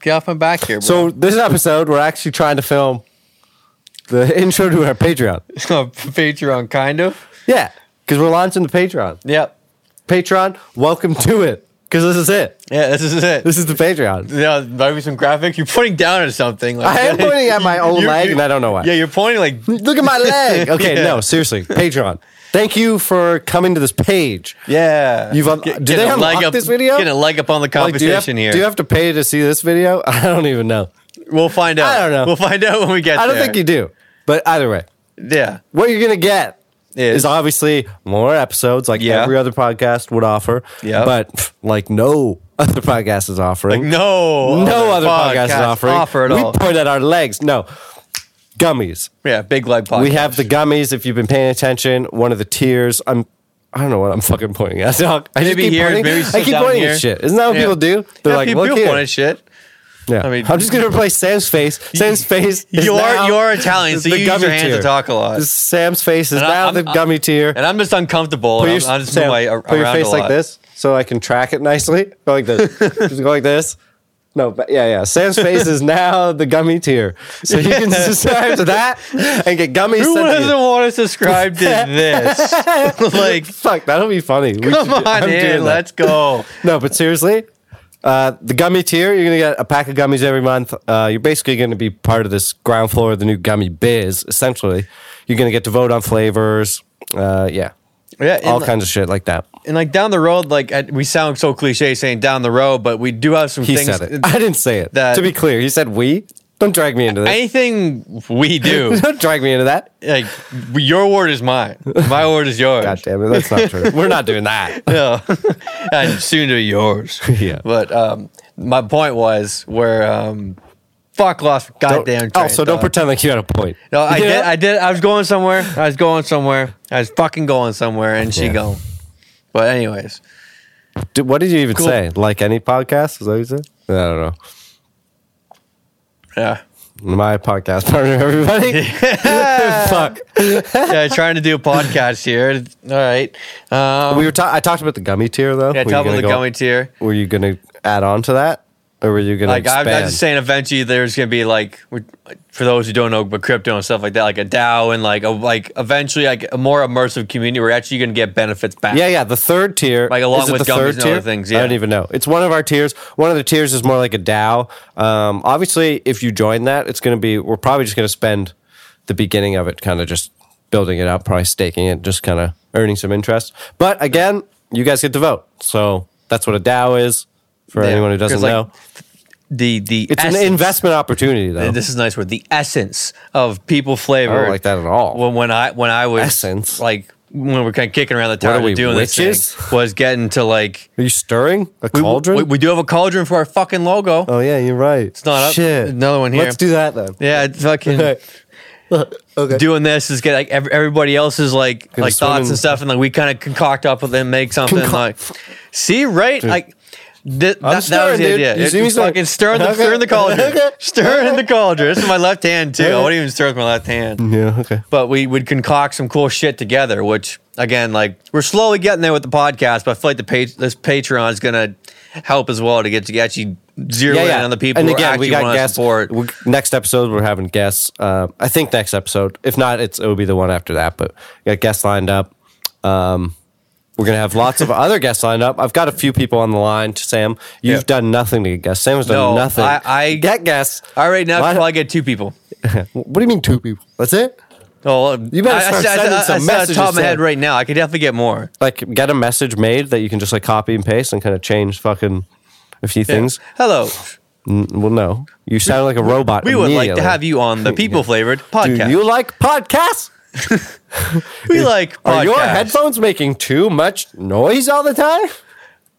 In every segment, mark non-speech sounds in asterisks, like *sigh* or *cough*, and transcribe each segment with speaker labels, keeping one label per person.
Speaker 1: Get off my back here, bro. *laughs*
Speaker 2: So this episode, we're actually trying to film the *laughs* intro to our Patreon.
Speaker 1: Patreon, kind of.
Speaker 2: Yeah, because we're launching the Patreon.
Speaker 1: Yep.
Speaker 2: Patreon, welcome to it. Because this is it.
Speaker 1: Yeah, this is it.
Speaker 2: This is the Patreon.
Speaker 1: yeah, maybe some graphics. You're pointing down at something. Like,
Speaker 2: I
Speaker 1: *laughs*
Speaker 2: am pointing at my own leg, and I don't know why.
Speaker 1: Yeah, you're pointing like
Speaker 2: *laughs* Look
Speaker 1: *laughs*
Speaker 2: at my leg. *laughs* Okay,
Speaker 1: Yeah.
Speaker 2: no, seriously, Patreon. Thank you for coming to this page.
Speaker 1: yeah.
Speaker 2: You've un-
Speaker 1: Get- get
Speaker 2: do they
Speaker 1: a leg
Speaker 2: unlock
Speaker 1: up,
Speaker 2: this video?
Speaker 1: Getting a leg up on the
Speaker 2: Like, do you have-
Speaker 1: competition
Speaker 2: Do you
Speaker 1: here.
Speaker 2: have to pay to see this video? *laughs* I don't even know.
Speaker 1: we'll find out.
Speaker 2: I don't know.
Speaker 1: We'll find out when we get
Speaker 2: I don't
Speaker 1: there.
Speaker 2: think you do. But either way,
Speaker 1: you. Yeah.
Speaker 2: what you're gonna get
Speaker 1: Is-
Speaker 2: is, obviously more episodes, like
Speaker 1: Yeah.
Speaker 2: every other podcast would offer.
Speaker 1: Yeah.
Speaker 2: but pff, like no *laughs* other podcast is offering.
Speaker 1: No.
Speaker 2: no other podcast, is offering.
Speaker 1: Offer at
Speaker 2: we
Speaker 1: all.
Speaker 2: point at our legs. No gummies.
Speaker 1: yeah, big leg podcast.
Speaker 2: We have the gummies. If you've been paying attention, one of the tiers. I'm. I don't know what I'm fucking pointing at. Dog. I just
Speaker 1: Maybe
Speaker 2: keep
Speaker 1: here,
Speaker 2: pointing.
Speaker 1: maybe
Speaker 2: I keep
Speaker 1: down
Speaker 2: pointing
Speaker 1: here.
Speaker 2: at shit. Isn't that what
Speaker 1: Yeah.
Speaker 2: people do? They're
Speaker 1: Yeah,
Speaker 2: like,
Speaker 1: people
Speaker 2: look here.
Speaker 1: point at shit.
Speaker 2: Yeah.
Speaker 1: I mean-
Speaker 2: I'm just gonna replace
Speaker 1: *laughs*
Speaker 2: Sam's face. Sam's face. is
Speaker 1: You are-
Speaker 2: now
Speaker 1: you are Italian, so
Speaker 2: *laughs* the
Speaker 1: you use your
Speaker 2: gummy
Speaker 1: hands to
Speaker 2: tier.
Speaker 1: talk a lot.
Speaker 2: Sam's face is
Speaker 1: And I-
Speaker 2: now
Speaker 1: I'm-
Speaker 2: the
Speaker 1: I'm-
Speaker 2: gummy tier.
Speaker 1: And I'm just uncomfortable.
Speaker 2: Put
Speaker 1: and
Speaker 2: your,
Speaker 1: I'm, I'm just
Speaker 2: Sam,
Speaker 1: moving my,
Speaker 2: put your
Speaker 1: around
Speaker 2: face
Speaker 1: a
Speaker 2: like
Speaker 1: lot.
Speaker 2: this so I can track it nicely. *laughs* Go like this. just go like this. No, but yeah, yeah. Sam's face is now the gummy tier. So
Speaker 1: *laughs*
Speaker 2: you can subscribe to that and get gummies
Speaker 1: Who
Speaker 2: sent to
Speaker 1: doesn't
Speaker 2: you.
Speaker 1: want to subscribe
Speaker 2: *laughs*
Speaker 1: to this? like,
Speaker 2: Fuck, that'll be funny. We
Speaker 1: come
Speaker 2: should do- I'm
Speaker 1: on
Speaker 2: doing that.
Speaker 1: in, let's go.
Speaker 2: No, but seriously, uh, the gummy tier, you're going to get a pack of gummies every month. Uh, you're basically going to be part of this ground floor of the new gummy biz, essentially. You're going to get to vote on flavors. Uh, yeah.
Speaker 1: Yeah, and,
Speaker 2: All
Speaker 1: like,
Speaker 2: kinds of shit like that.
Speaker 1: and like down the road, like I, we sound so cliche saying down the road, but we do have some
Speaker 2: He
Speaker 1: things.
Speaker 2: said it. *laughs* I didn't say it.
Speaker 1: that-
Speaker 2: to be clear, he said we. Don't drag me into
Speaker 1: *laughs*
Speaker 2: this.
Speaker 1: Anything we do,
Speaker 2: *laughs* Don't drag me into that.
Speaker 1: like your word is mine, my word is yours.
Speaker 2: *laughs* God damn it. That's not true. *laughs* We're not doing that.
Speaker 1: No, *laughs* and soon to be yours.
Speaker 2: *laughs* Yeah.
Speaker 1: But um, my point was where um, fuck lost goddamn. train
Speaker 2: also,
Speaker 1: of
Speaker 2: don't
Speaker 1: thought.
Speaker 2: pretend like you had a point.
Speaker 1: No, I
Speaker 2: You know?
Speaker 1: did. I did. I was going somewhere. I was going somewhere. I was fucking going somewhere, and she
Speaker 2: Yeah.
Speaker 1: gone. But anyways,
Speaker 2: Did- what did you even
Speaker 1: Cool.
Speaker 2: say? Like any podcast? Is that what you said? I don't know. *laughs*
Speaker 1: yeah,
Speaker 2: My podcast partner, *laughs* everybody. *laughs* Fuck.
Speaker 1: yeah. Trying to do a podcast here. All right. Um,
Speaker 2: We were. Ta- I talked about the gummy tier though.
Speaker 1: yeah,
Speaker 2: Were
Speaker 1: top
Speaker 2: you
Speaker 1: of
Speaker 2: gonna
Speaker 1: the
Speaker 2: go-
Speaker 1: gummy tier.
Speaker 2: Were you going to add on to that, or were you going
Speaker 1: Like
Speaker 2: to
Speaker 1: I'm,
Speaker 2: expand?
Speaker 1: I'm just saying, eventually there's gonna be like, we- for those who don't know, but crypto and stuff like that, like a DAO and like a like eventually like a more immersive community. We're actually gonna get benefits back.
Speaker 2: yeah, yeah. The third tier,
Speaker 1: Like, along
Speaker 2: is it
Speaker 1: with
Speaker 2: the
Speaker 1: gummies
Speaker 2: third
Speaker 1: and other
Speaker 2: tier?
Speaker 1: things,
Speaker 2: I
Speaker 1: yeah.
Speaker 2: don't even know. It's one of our tiers. One of the tiers is more like a DAO. Um, obviously, if you join that, it's going to be. We're probably just going to spend the beginning of it, kind of just building it up, probably staking it, just kind of earning some interest. But again, you guys get to vote, so that's what a DAO is. For
Speaker 1: Yeah,
Speaker 2: anyone who doesn't
Speaker 1: 'cause, like,
Speaker 2: know,
Speaker 1: The the
Speaker 2: it's an
Speaker 1: essence-
Speaker 2: investment opportunity, though.
Speaker 1: and This is a nice word. The essence of people flavor.
Speaker 2: I don't like that at all.
Speaker 1: When when I when I was
Speaker 2: Essence?
Speaker 1: like when we were kind of kicking around the tower
Speaker 2: are we,
Speaker 1: doing
Speaker 2: witches? *laughs*
Speaker 1: this thing, was getting to like
Speaker 2: Are you stirring a
Speaker 1: we-
Speaker 2: cauldron?
Speaker 1: We, we do have a cauldron for our fucking logo.
Speaker 2: Oh yeah, you're right. It's
Speaker 1: not up.
Speaker 2: Shit.
Speaker 1: Another one here.
Speaker 2: Let's do that then.
Speaker 1: Yeah, it's fucking
Speaker 2: *laughs* okay.
Speaker 1: doing this is get like ev- everybody else's like
Speaker 2: Gonna
Speaker 1: like
Speaker 2: swim
Speaker 1: thoughts
Speaker 2: in-
Speaker 1: and stuff, and like we kind of concoct up with them, make something
Speaker 2: Conco-
Speaker 1: like. See right like. thi- that, that was
Speaker 2: stirring,
Speaker 1: the
Speaker 2: dude.
Speaker 1: idea.
Speaker 2: You
Speaker 1: It-
Speaker 2: see me
Speaker 1: it's
Speaker 2: stirring?
Speaker 1: fucking stirring the,
Speaker 2: Okay.
Speaker 1: stirring the cauldron.
Speaker 2: *laughs* Okay.
Speaker 1: Stirring the cauldron. This is my left hand, too. I
Speaker 2: Okay.
Speaker 1: wouldn't even stir with my left hand.
Speaker 2: Yeah. Okay.
Speaker 1: but we would concoct some cool shit together. Which again, like we're slowly getting there with the podcast, but I feel like the page this Patreon is gonna help as well to get to actually zero
Speaker 2: Yeah,
Speaker 1: in
Speaker 2: yeah.
Speaker 1: on the people
Speaker 2: and
Speaker 1: who
Speaker 2: again,
Speaker 1: actually
Speaker 2: we got
Speaker 1: want to
Speaker 2: guests.
Speaker 1: support.
Speaker 2: We- next episode, we're having guests. Uh, I think next episode. If not, it's it'll be the one after that. But we got guests lined up. Um, we're gonna have
Speaker 1: *laughs*
Speaker 2: lots of other guests lined up. I've got a few people on the line. Sam, you've
Speaker 1: Yeah.
Speaker 2: done nothing to get guests. Sam has done
Speaker 1: No,
Speaker 2: nothing.
Speaker 1: I- I-
Speaker 2: get guests.
Speaker 1: All right, now I
Speaker 2: Line-
Speaker 1: probably get two people.
Speaker 2: what do you mean two people? That's it.
Speaker 1: Oh,
Speaker 2: You better
Speaker 1: I- I said-
Speaker 2: start
Speaker 1: I said-
Speaker 2: sending
Speaker 1: I
Speaker 2: some
Speaker 1: said off the top of
Speaker 2: messages,
Speaker 1: my head
Speaker 2: Ted.
Speaker 1: right now. I could definitely get more.
Speaker 2: Like, get a message made that you can just like copy and paste and kind of change fucking a few things.
Speaker 1: Hello,
Speaker 2: N- Well, no. You sound like a robot.
Speaker 1: we would like to have
Speaker 2: you.
Speaker 1: you on
Speaker 2: *laughs*
Speaker 1: the People Flavored
Speaker 2: Do
Speaker 1: podcast.
Speaker 2: you like podcasts?
Speaker 1: we like podcasts.
Speaker 2: Are your headphones making too much noise all the time?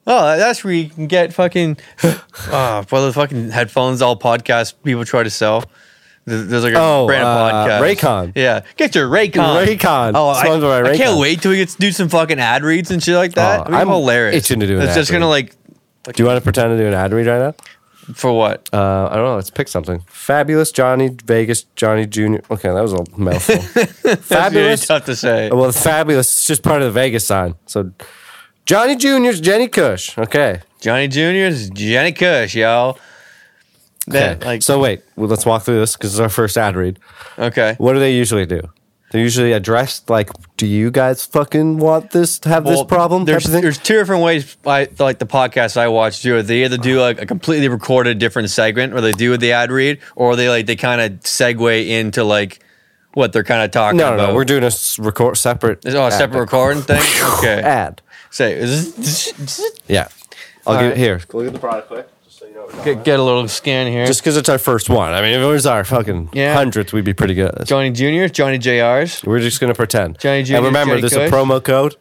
Speaker 1: Oh, that's where you can get
Speaker 2: *laughs*
Speaker 1: fucking uh, well, the fucking headphones all podcast people try to sell. Th- There's like a
Speaker 2: Oh,
Speaker 1: brand of
Speaker 2: uh,
Speaker 1: podcast.
Speaker 2: Raycon.
Speaker 1: Yeah, get your Raycon.
Speaker 2: Raycon.
Speaker 1: Oh, I,
Speaker 2: Sponsored by
Speaker 1: I can't
Speaker 2: Raycon.
Speaker 1: wait till we get to do some fucking ad reads and shit like that.
Speaker 2: Oh,
Speaker 1: It'll be
Speaker 2: I'm
Speaker 1: hilarious.
Speaker 2: itching to do an
Speaker 1: It's
Speaker 2: ad
Speaker 1: just gonna
Speaker 2: read.
Speaker 1: like
Speaker 2: Do you want to pretend to do an ad read right
Speaker 1: for what?
Speaker 2: now? Uh, I don't know. Let's pick something. Fabulous Johnny Vegas Johnny Jr. Okay, that was a mouthful.
Speaker 1: That's really
Speaker 2: fabulous.
Speaker 1: tough to say.
Speaker 2: Well, fabulous. It's just part of the Vegas sign. So, Johnny Jr.'s Jenny Cush. Okay.
Speaker 1: Johnny Junior's Jenny Cush, y'all. That, like,
Speaker 2: so wait, well, let's walk through this because it's our first ad read.
Speaker 1: okay.
Speaker 2: What do they usually do? They're usually addressed like, "Do you guys fucking want this? Have
Speaker 1: Well,
Speaker 2: this problem?" type
Speaker 1: There's,
Speaker 2: of thing?
Speaker 1: there's two different ways. I like the podcast I watch do it. They either do like a completely recorded different segment, or they do the ad read, or they like they kind of segue into like what they're kind of talking
Speaker 2: no, no,
Speaker 1: about.
Speaker 2: no. We're doing a s- record separate.
Speaker 1: Is- oh, a
Speaker 2: ad.
Speaker 1: separate recording
Speaker 2: *laughs*
Speaker 1: thing. Okay.
Speaker 2: ad.
Speaker 1: Say is
Speaker 2: Yeah, I'll give
Speaker 1: right.
Speaker 2: it here.
Speaker 3: Look at the product quick, just so you know. What
Speaker 1: get, get a little scan here.
Speaker 2: Just because it's our first one. I mean, if it was our fucking
Speaker 1: Yeah.
Speaker 2: hundredth, we'd be pretty good. At this.
Speaker 1: Johnny Juniors, Johnny Jrs.
Speaker 2: We're just gonna pretend.
Speaker 1: Johnny Junior,
Speaker 2: and remember,
Speaker 1: Johnny
Speaker 2: there's
Speaker 1: Kush.
Speaker 2: a promo code.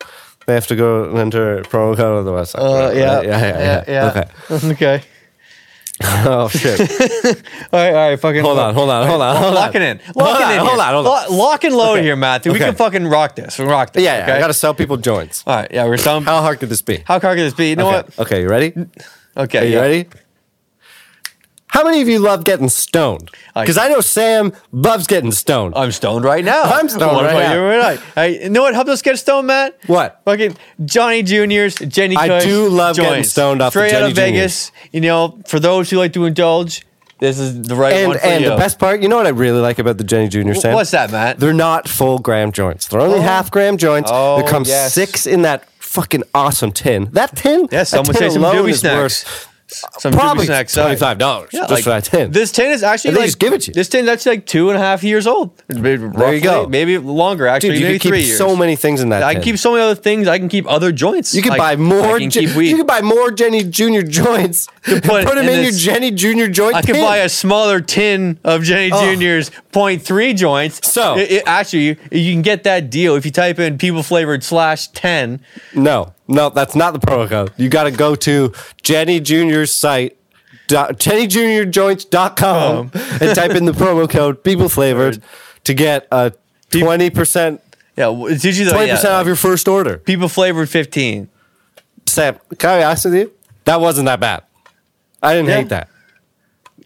Speaker 2: They have to go and enter promo code on the website.
Speaker 1: Uh,
Speaker 2: Right,
Speaker 1: yeah,
Speaker 2: right? yeah, yeah, yeah. Okay. *laughs*
Speaker 1: Okay. *laughs* okay.
Speaker 2: Oh shit!
Speaker 1: All right, all right. Fucking
Speaker 2: Hold on, hold on, hold on, hold
Speaker 1: Lock
Speaker 2: on.
Speaker 1: it in. Lock
Speaker 2: Hold
Speaker 1: it in.
Speaker 2: on,
Speaker 1: here.
Speaker 2: hold on, hold on.
Speaker 1: Lo- Lock and load here, Matthew. We
Speaker 2: Okay.
Speaker 1: can fucking rock this. We rock this.
Speaker 2: Yeah, yeah. I
Speaker 1: okay?
Speaker 2: gotta sell people joints.
Speaker 1: All right. Yeah, we're some.
Speaker 2: How hard could this be?
Speaker 1: How car could this be? You know
Speaker 2: okay.
Speaker 1: what?
Speaker 2: Okay, you ready?
Speaker 1: Okay.
Speaker 2: Are you
Speaker 1: yeah.
Speaker 2: ready? How many of you love getting stoned?
Speaker 1: I-
Speaker 2: Because I know Sam loves getting stoned.
Speaker 1: I'm stoned right now.
Speaker 2: I'm stoned
Speaker 1: What
Speaker 2: right
Speaker 1: about
Speaker 2: now.
Speaker 1: you? Right. Hey, you know what helped us get stoned, Matt?
Speaker 2: What?
Speaker 1: Fucking Johnny Juniors, Jenny.
Speaker 2: I
Speaker 1: Kush,
Speaker 2: do love getting
Speaker 1: joints.
Speaker 2: stoned off the
Speaker 1: Straight out
Speaker 2: Jenny
Speaker 1: of Vegas. You know, for those who like to indulge, this is the right
Speaker 2: and
Speaker 1: one for
Speaker 2: and
Speaker 1: you.
Speaker 2: the best part, you know what I really like about the Jenny Junior Sam?
Speaker 1: what's that, Matt?
Speaker 2: They're not full gram joints. They're only half gram joints.
Speaker 1: Oh,
Speaker 2: there comes
Speaker 1: yes.
Speaker 2: six in that fucking awesome tin. That tin,
Speaker 1: Yeah, some
Speaker 2: that
Speaker 1: would
Speaker 2: tin
Speaker 1: say some
Speaker 2: alone
Speaker 1: doobie
Speaker 2: is
Speaker 1: snacks. Some
Speaker 2: probably
Speaker 1: doobie snacks. sorry.
Speaker 2: twenty five dollars
Speaker 1: Yeah,
Speaker 2: just
Speaker 1: like,
Speaker 2: for that tin.
Speaker 1: This tin is actually
Speaker 2: And they
Speaker 1: like,
Speaker 2: just give it to you.
Speaker 1: This tin that's like two and a half years old. There
Speaker 2: go.
Speaker 1: Maybe longer. Actually,
Speaker 2: Dude, you
Speaker 1: maybe
Speaker 2: can keep
Speaker 1: three years.
Speaker 2: so many things in that.
Speaker 1: I
Speaker 2: tin.
Speaker 1: can keep so many other things. I can keep other joints.
Speaker 2: You could
Speaker 1: Like,
Speaker 2: buy more.
Speaker 1: I can
Speaker 2: Jen-
Speaker 1: keep weed.
Speaker 2: You could buy more Jenny Junior *laughs* joints. To
Speaker 1: put
Speaker 2: put, them
Speaker 1: in
Speaker 2: in, your
Speaker 1: this-
Speaker 2: Jenny Junior joint.
Speaker 1: I could
Speaker 2: tin.
Speaker 1: buy a smaller tin of Jenny
Speaker 2: Oh.
Speaker 1: Junior's point three joints.
Speaker 2: So-
Speaker 1: It- it- actually, you, you can get that deal if you type in people flavored slash ten.
Speaker 2: No, no, that's not the promo code. You got to go to Jenny Junior's site. Dot,
Speaker 1: Um.
Speaker 2: JennyJuniorJoints.com and type in the promo code people flavored to get a 20% 20%
Speaker 1: Yeah, w- did you though? Yeah,
Speaker 2: off your first order.
Speaker 1: people flavored fifteen.
Speaker 2: Sam, can I be honest with you? That wasn't that bad. I didn't
Speaker 1: Yeah.
Speaker 2: hate that.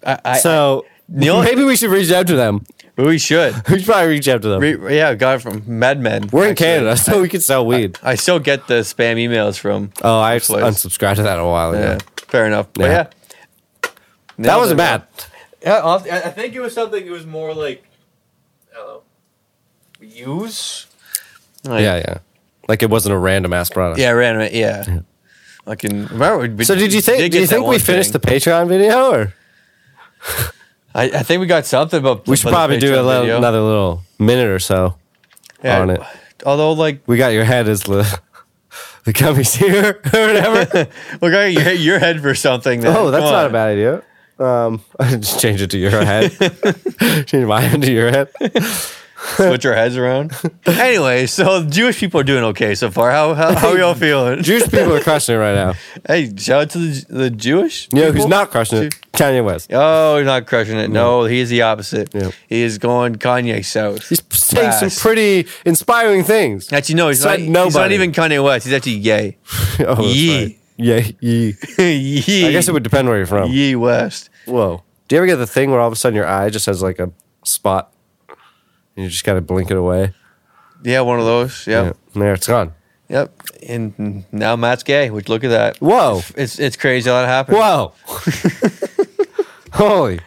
Speaker 1: I, I,
Speaker 2: So
Speaker 1: The only-
Speaker 2: maybe we should reach out to them. *laughs*
Speaker 1: we should.
Speaker 2: We should probably reach out to them.
Speaker 1: Re- yeah, I got it from MedMed.
Speaker 2: We're in
Speaker 1: actually.
Speaker 2: Canada, *laughs* so we can sell weed.
Speaker 1: I still get the spam emails from.
Speaker 2: Oh, I
Speaker 1: Place.
Speaker 2: unsubscribed to that a while ago.
Speaker 1: yeah, fair enough. But
Speaker 2: Yeah.
Speaker 1: yeah,
Speaker 2: That wasn't bad.
Speaker 1: Yeah, I'll- I I think it was something. It was more like, um, I don't know, use. Like,
Speaker 2: Yeah, yeah. Like it wasn't a random ass product.
Speaker 1: yeah, random. Yeah, I can remember. We,
Speaker 2: So did you think? do you think we finished the Patreon video, or
Speaker 1: I, I think we got something, but
Speaker 2: we should
Speaker 1: but the
Speaker 2: probably do a
Speaker 1: Patreon
Speaker 2: little,
Speaker 1: video.
Speaker 2: another little minute or so
Speaker 1: Yeah,
Speaker 2: on it?
Speaker 1: Although, like,
Speaker 2: We got your head as the *laughs* the gummies here or *laughs* whatever.
Speaker 1: look, I you hit your head for something. Then.
Speaker 2: oh, that's
Speaker 1: Come
Speaker 2: not a
Speaker 1: on.
Speaker 2: bad idea. Um, *laughs* just change it to your *laughs* head. change my head to your head.
Speaker 1: *laughs* Switch our heads
Speaker 2: *laughs*
Speaker 1: around. anyway, so Jewish people are doing okay so far. How how, how are y'all feeling?
Speaker 2: Jewish people are crushing it right *laughs* now.
Speaker 1: hey, shout out to the, the Jewish.
Speaker 2: You know who's
Speaker 1: people.
Speaker 2: not crushing it? Kanye West.
Speaker 1: Oh, he's not crushing it. No, he's the opposite.
Speaker 2: Yeah.
Speaker 1: He is going Kanye South.
Speaker 2: He's saying some
Speaker 1: Fast.
Speaker 2: pretty inspiring things.
Speaker 1: Actually, no, he's
Speaker 2: It's
Speaker 1: not.
Speaker 2: like
Speaker 1: e-, He's not
Speaker 2: nobody.
Speaker 1: even Kanye West. He's actually gay.
Speaker 2: *laughs* Oh, that's
Speaker 1: Yee.
Speaker 2: right. Yay, yee.
Speaker 1: Yee.
Speaker 2: *laughs* I guess it would depend where you're from.
Speaker 1: Yee West.
Speaker 2: Whoa. Do you ever get the thing where all of a sudden your eye just has like a spot and you just gotta blink it away?
Speaker 1: Yeah, one of those. Yep.
Speaker 2: And there it's gone.
Speaker 1: Yep. And now Matt's gay. Which look at that.
Speaker 2: Whoa.
Speaker 1: It's it's crazy how that happened.
Speaker 2: Whoa. *laughs* Holy.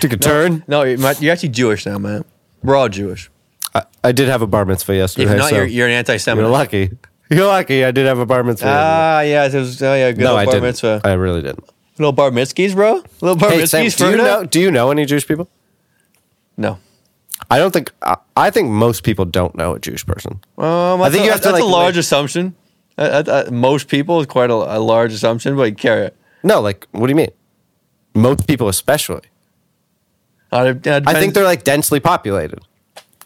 Speaker 2: Took a turn.
Speaker 1: No, you're, Matt, you're actually Jewish now, man. We're all Jewish.
Speaker 2: I, I did have a bar mitzvah
Speaker 1: If
Speaker 2: yesterday.
Speaker 1: not,
Speaker 2: so
Speaker 1: you're,
Speaker 2: you're,
Speaker 1: you're an anti-Semite.
Speaker 2: lucky. You're lucky I did have a bar mitzvah. yesterday.
Speaker 1: Ah, yeah. It was, oh, yeah. Good
Speaker 2: no,
Speaker 1: old
Speaker 2: I
Speaker 1: bar
Speaker 2: didn't.
Speaker 1: mitzvah.
Speaker 2: I really didn't.
Speaker 1: Little bar mitzvahs, bro. Little bar
Speaker 2: Hey, Sam,
Speaker 1: mitzvahs
Speaker 2: do
Speaker 1: for
Speaker 2: you,
Speaker 1: now?
Speaker 2: know, do you know any Jewish people?
Speaker 1: No.
Speaker 2: I don't think, I, I think most people don't know a Jewish person.
Speaker 1: Um, I
Speaker 2: think
Speaker 1: think
Speaker 2: you
Speaker 1: that's
Speaker 2: have to,
Speaker 1: a
Speaker 2: like,
Speaker 1: large
Speaker 2: wait.
Speaker 1: assumption. Uh, uh, uh, most people is quite a, a large assumption, but carry it.
Speaker 2: No, like, what do you mean? Most people, especially.
Speaker 1: Uh, it- it
Speaker 2: I think
Speaker 1: depends-
Speaker 2: they're like densely populated.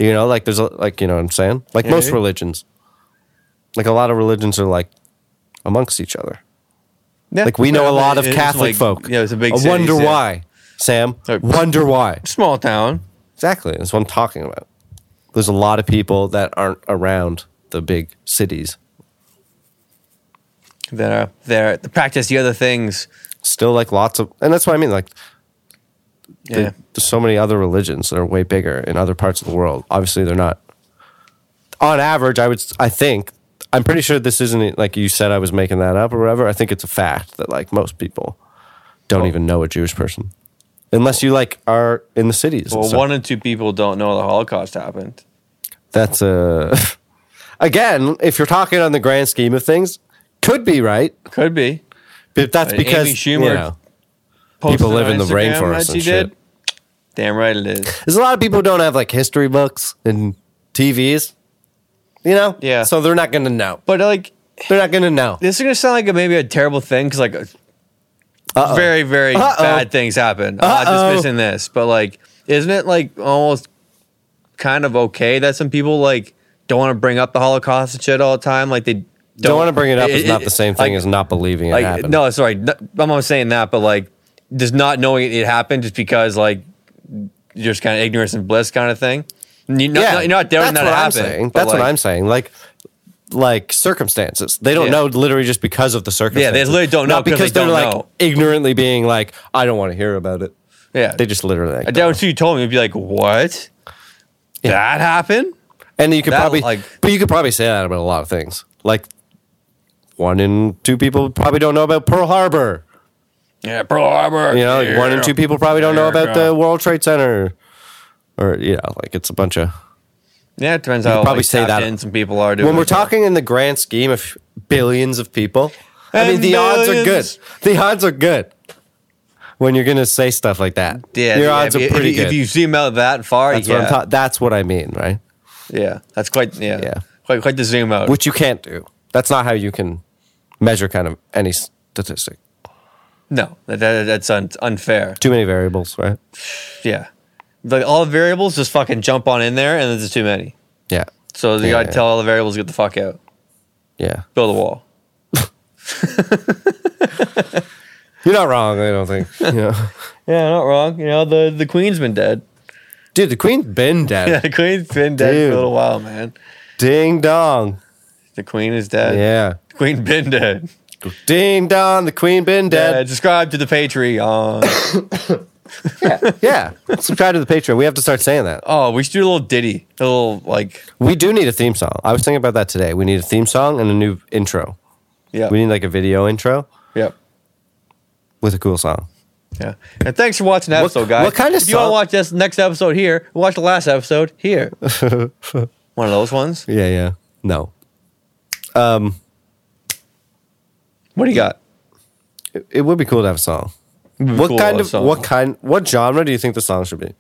Speaker 2: You know, like there's a, like you know what I'm saying? Like most
Speaker 1: Yeah.
Speaker 2: religions. Like a lot of religions are like amongst each other.
Speaker 1: Yeah.
Speaker 2: Like we know a
Speaker 1: Yeah,
Speaker 2: lot of
Speaker 1: it's
Speaker 2: Catholic
Speaker 1: like-
Speaker 2: folk.
Speaker 1: Yeah, it's a big.
Speaker 2: I
Speaker 1: cities,
Speaker 2: wonder
Speaker 1: yeah.
Speaker 2: why, Sam.
Speaker 1: Sorry.
Speaker 2: Wonder why.
Speaker 1: Small town.
Speaker 2: Exactly. That's what I'm talking about. There's a lot of people that aren't around the big cities.
Speaker 1: That are there to practice the other things.
Speaker 2: Still like lots of and that's what I mean. Like
Speaker 1: Yeah.
Speaker 2: there- there's so many other religions that are way bigger in other parts of the world. Obviously, they're not. On average, I would, s- I think, I'm pretty sure this isn't like you said. I was making
Speaker 1: Oh.
Speaker 2: that up or whatever. I think it's a fact that like most people don't even know a Jewish person. unless you like are in the cities. and
Speaker 1: Well,
Speaker 2: stuff.
Speaker 1: one in two people don't know the Holocaust happened.
Speaker 2: That's a *laughs* again. If you're talking on the grand scheme of things, could be right,
Speaker 1: Could be.
Speaker 2: but that's
Speaker 1: But
Speaker 2: because
Speaker 1: Amy
Speaker 2: you
Speaker 1: Schumer
Speaker 2: know,
Speaker 1: Posted
Speaker 2: People live
Speaker 1: on
Speaker 2: in the
Speaker 1: Instagram
Speaker 2: rainforest
Speaker 1: that she
Speaker 2: and shit.
Speaker 1: did. Damn right it is.
Speaker 2: there's a lot of people who don't have like history books and TVs. You know,
Speaker 1: Yeah.
Speaker 2: So they're not gonna know.
Speaker 1: But like,
Speaker 2: They're not gonna know.
Speaker 1: this is gonna sound like a, maybe a terrible thing because like,
Speaker 2: Uh-oh.
Speaker 1: very very
Speaker 2: Uh-oh.
Speaker 1: bad things happen. I'm
Speaker 2: Uh-oh.
Speaker 1: not dismissing this, but like, isn't it like almost kind of okay that some people like don't want to bring up the Holocaust and shit all the time? Like they don't,
Speaker 2: don't, want to bring it up is
Speaker 1: It's
Speaker 2: not the same thing
Speaker 1: like,
Speaker 2: as not believing it
Speaker 1: like
Speaker 2: happened.
Speaker 1: no, sorry, no, I'm not saying that, but like just not knowing it, it happened just because like you're just kind of ignorance and bliss kind of thing. You're not, you're not there when
Speaker 2: that's
Speaker 1: that
Speaker 2: what
Speaker 1: happened.
Speaker 2: I'm saying.
Speaker 1: but,
Speaker 2: That's what
Speaker 1: like,
Speaker 2: I'm saying. Like, like circumstances. They don't
Speaker 1: Yeah.
Speaker 2: know literally just because of the circumstances.
Speaker 1: literally don't know
Speaker 2: Not
Speaker 1: because
Speaker 2: because
Speaker 1: they
Speaker 2: are
Speaker 1: don't
Speaker 2: like
Speaker 1: know.
Speaker 2: ignorantly being like, I don't want to hear about it.
Speaker 1: Yeah,
Speaker 2: They just literally. Like,
Speaker 1: I doubt if you told me, you'd be like, "What? That happened?"
Speaker 2: and you could
Speaker 1: that,
Speaker 2: probably,
Speaker 1: like-
Speaker 2: but you could probably say that about a lot of things. Like, one in two people probably don't know about Pearl Harbor.
Speaker 1: Yeah, Pearl Harbor.
Speaker 2: You know, like, one in
Speaker 1: Yeah.
Speaker 2: two people probably don't know about
Speaker 1: Yeah.
Speaker 2: the World Trade Center, or you know, like it's a bunch of
Speaker 1: Yeah, it depends how
Speaker 2: could
Speaker 1: probably
Speaker 2: probably
Speaker 1: like,
Speaker 2: say
Speaker 1: say
Speaker 2: that.
Speaker 1: in some people are doing.
Speaker 2: when we're
Speaker 1: it, but-
Speaker 2: talking in the grand scheme of billions of people, I mean,
Speaker 1: And
Speaker 2: the odds are good.
Speaker 1: millions.
Speaker 2: The odds are good when you're going to say stuff like that.
Speaker 1: yeah,
Speaker 2: your
Speaker 1: yeah,
Speaker 2: odds
Speaker 1: if you-
Speaker 2: are
Speaker 1: if
Speaker 2: pretty
Speaker 1: you-
Speaker 2: good.
Speaker 1: If you zoom out that far,
Speaker 2: that's,
Speaker 1: yeah,
Speaker 2: what I'm ta- that's what I mean, right?
Speaker 1: yeah, that's quite yeah,
Speaker 2: Yeah.
Speaker 1: quite quite the zoom out.
Speaker 2: Which you can't do. That's not how you can measure kind of any statistic.
Speaker 1: no, that, that, that's un, unfair.
Speaker 2: Too many variables, right?
Speaker 1: Yeah, like all variables just fucking jump on in there, and there's just too many.
Speaker 2: Yeah.
Speaker 1: So you
Speaker 2: Yeah,
Speaker 1: gotta
Speaker 2: yeah.
Speaker 1: tell all the variables to get the fuck out,
Speaker 2: Yeah.
Speaker 1: build a wall.
Speaker 2: You're not wrong, I
Speaker 1: *laughs*
Speaker 2: don't think. You know.
Speaker 1: Yeah, not wrong. You know the the queen's been dead.
Speaker 2: Dude, the queen's been dead.
Speaker 1: Yeah, the queen's been dead
Speaker 2: Dude.
Speaker 1: for a little while, man.
Speaker 2: Ding dong.
Speaker 1: The queen is dead.
Speaker 2: Yeah.
Speaker 1: Queen been dead.
Speaker 2: Ding dong, the queen been dead.
Speaker 1: Uh, subscribe to the Patreon.
Speaker 2: Yeah. Subscribe to the Patreon. We have to start saying that.
Speaker 1: oh, we should do a little ditty, a little like
Speaker 2: We do need a theme song. I was thinking about that today. We need a theme song and a new intro.
Speaker 1: yeah,
Speaker 2: We need like a video intro
Speaker 1: yeah,
Speaker 2: with a cool song.
Speaker 1: yeah. And thanks for watching the
Speaker 2: What-
Speaker 1: episode, guys.
Speaker 2: what kind of
Speaker 1: If you want to
Speaker 2: song-
Speaker 1: watch this next episode here, watch the last episode here.
Speaker 2: *laughs*
Speaker 1: One of those ones.
Speaker 2: Yeah, yeah. No.
Speaker 1: What do you got?
Speaker 2: It, it would be cool to have a song.
Speaker 1: Would be
Speaker 2: What
Speaker 1: cool
Speaker 2: kind
Speaker 1: to
Speaker 2: of
Speaker 1: have a
Speaker 2: what
Speaker 1: song.
Speaker 2: kind what genre do you think the song should be?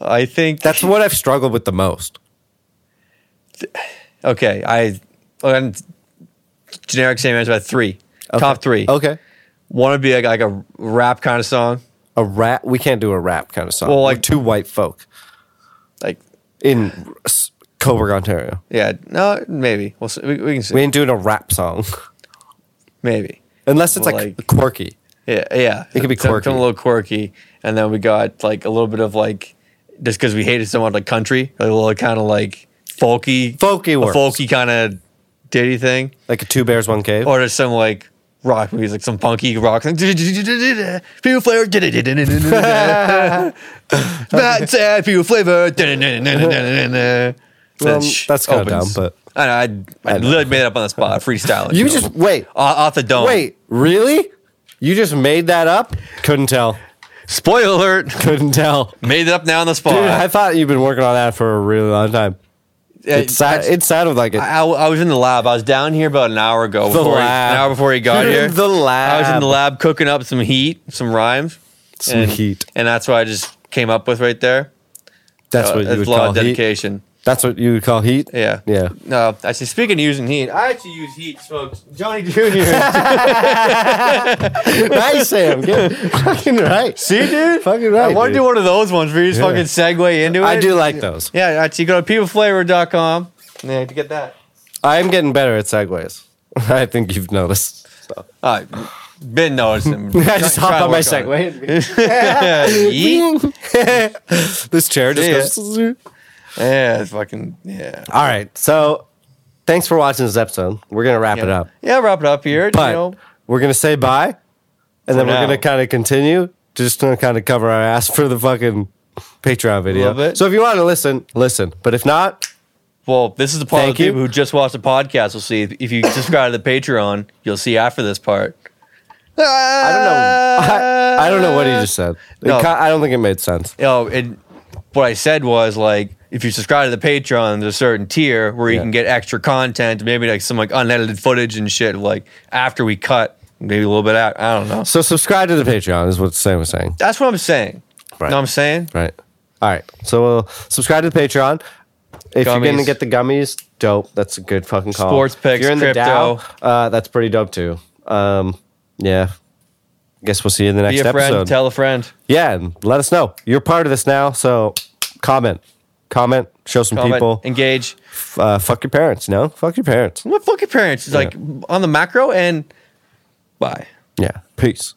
Speaker 1: I think
Speaker 2: That's what I've struggled with the most.
Speaker 1: okay. I and generic same answer about three.
Speaker 2: Okay.
Speaker 1: Top three.
Speaker 2: Okay.
Speaker 1: One would be like, like a rap kind of song,
Speaker 2: A rap we can't do a rap kind of song.
Speaker 1: Well,
Speaker 2: Well, like
Speaker 1: like-
Speaker 2: two white folk
Speaker 1: like
Speaker 2: in S- Coburg, Ontario.
Speaker 1: yeah, no, maybe we'll see. We, we can see.
Speaker 2: We ain't doing a rap song *laughs*
Speaker 1: maybe.
Speaker 2: unless it's
Speaker 1: Well,
Speaker 2: like,
Speaker 1: like-
Speaker 2: quirky.
Speaker 1: Yeah, yeah.
Speaker 2: It could be
Speaker 1: Some-
Speaker 2: quirky.
Speaker 1: some a little quirky, and then we got like a little bit of like just because we hated so much like country, like a little kind of like folky,
Speaker 2: Folky
Speaker 1: a
Speaker 2: works.
Speaker 1: folky kind of ditty thing,
Speaker 2: Like a two bears one cave.
Speaker 1: or just some like rock music, some funky rock. Thing. *laughs* Fuel flavor, *laughs* not sad. Fuel flavor. *laughs*
Speaker 2: Well,
Speaker 1: Shh,
Speaker 2: that's kinda
Speaker 1: opens.
Speaker 2: dumb,
Speaker 1: I know, I, I, literally made it up on the
Speaker 2: *laughs*
Speaker 1: spot, freestyling.
Speaker 2: you
Speaker 1: know,
Speaker 2: just wait.
Speaker 1: off off the dome.
Speaker 2: Wait, really? You just made that up? Couldn't tell.
Speaker 1: spoiler alert.
Speaker 2: Couldn't tell.
Speaker 1: Made it up now on the spot.
Speaker 2: Dude, I thought you've been working on that for a really long time.
Speaker 1: Yeah,
Speaker 2: It, sa-
Speaker 1: that's-
Speaker 2: it sounded like it.
Speaker 1: I, I was in the lab. I was down here about an hour ago.
Speaker 2: The
Speaker 1: before he-
Speaker 2: lab.
Speaker 1: an hour before he got
Speaker 2: You're
Speaker 1: here.
Speaker 2: in *laughs* the
Speaker 1: I was in
Speaker 2: lab.
Speaker 1: the lab cooking up some heat, some rhymes,
Speaker 2: Some
Speaker 1: and,
Speaker 2: heat.
Speaker 1: and that's what I just came up with right there.
Speaker 2: That's
Speaker 1: Uh,
Speaker 2: what you
Speaker 1: it's
Speaker 2: would
Speaker 1: a lot
Speaker 2: call
Speaker 1: of
Speaker 2: heat.
Speaker 1: dedication.
Speaker 2: That's what you would call heat.
Speaker 1: Yeah.
Speaker 2: Yeah.
Speaker 1: No, actually, speaking of using heat, I actually use heat, folks. Johnny
Speaker 2: *laughs*
Speaker 1: Jr. *laughs*
Speaker 2: nice, Sam. Good. Fucking right.
Speaker 1: See, *laughs* dude?
Speaker 2: Fucking right.
Speaker 1: I want to do one of those ones where you just
Speaker 2: Yeah.
Speaker 1: fucking segue into it.
Speaker 2: I do like those.
Speaker 1: Yeah, actually, go to peopleflavor.com. Yeah, to get that.
Speaker 2: I'm getting better at segues. *laughs* I think you've noticed. *laughs* So.
Speaker 1: All right. Been noticing.
Speaker 2: *laughs* I just
Speaker 1: Try- try
Speaker 2: hopped
Speaker 1: to
Speaker 2: on my
Speaker 1: work it.
Speaker 2: segue. and- *laughs*
Speaker 1: Yeet.
Speaker 2: this chair just goes. *laughs*
Speaker 1: Yeah, it's fucking yeah.
Speaker 2: All right. So, thanks for watching this episode. We're going to wrap it up.
Speaker 1: Yeah, wrap it up here.
Speaker 2: But
Speaker 1: you know,
Speaker 2: we're gonna say bye, and then we're
Speaker 1: now.
Speaker 2: gonna kind of continue, just to kind of cover our ass for the fucking Patreon video.
Speaker 1: Little bit.
Speaker 2: So if you want to listen, listen. But if not,
Speaker 1: well, this is the part of
Speaker 2: Thank
Speaker 1: the people
Speaker 2: you.
Speaker 1: who just watched the podcast will see. If you subscribe to the Patreon, you'll see after this part.
Speaker 2: I don't know. I, I don't know what he just said. It
Speaker 1: No.
Speaker 2: ki- I don't think it made sense.
Speaker 1: you know, it, what I said was like, if you subscribe to the Patreon, there's a certain tier where you
Speaker 2: Yeah.
Speaker 1: can get extra content, maybe like some like unedited footage and shit, like after we cut, maybe a little bit out. I don't know.
Speaker 2: So subscribe to the Patreon is what Sam was saying.
Speaker 1: That's what I'm saying.
Speaker 2: Right.
Speaker 1: know what I'm saying?
Speaker 2: Right. All right. So we'll subscribe to the Patreon.
Speaker 1: Gummies.
Speaker 2: If you're gonna get the gummies, dope. That's a good fucking call.
Speaker 1: Sports
Speaker 2: If
Speaker 1: picks,
Speaker 2: you're in the
Speaker 1: crypto.
Speaker 2: Dow, uh, that's pretty dope too. Um, yeah. Guess we'll see you in the
Speaker 1: Be
Speaker 2: next
Speaker 1: a friend,
Speaker 2: episode.
Speaker 1: tell a friend.
Speaker 2: yeah, and let us know. You're part of this now, so comment, comment, show some
Speaker 1: Comment,
Speaker 2: people.
Speaker 1: engage.
Speaker 2: F- uh, fuck your parents. No, fuck your parents.
Speaker 1: What fuck your parents? It's like on the macro and bye.
Speaker 2: Yeah. Peace.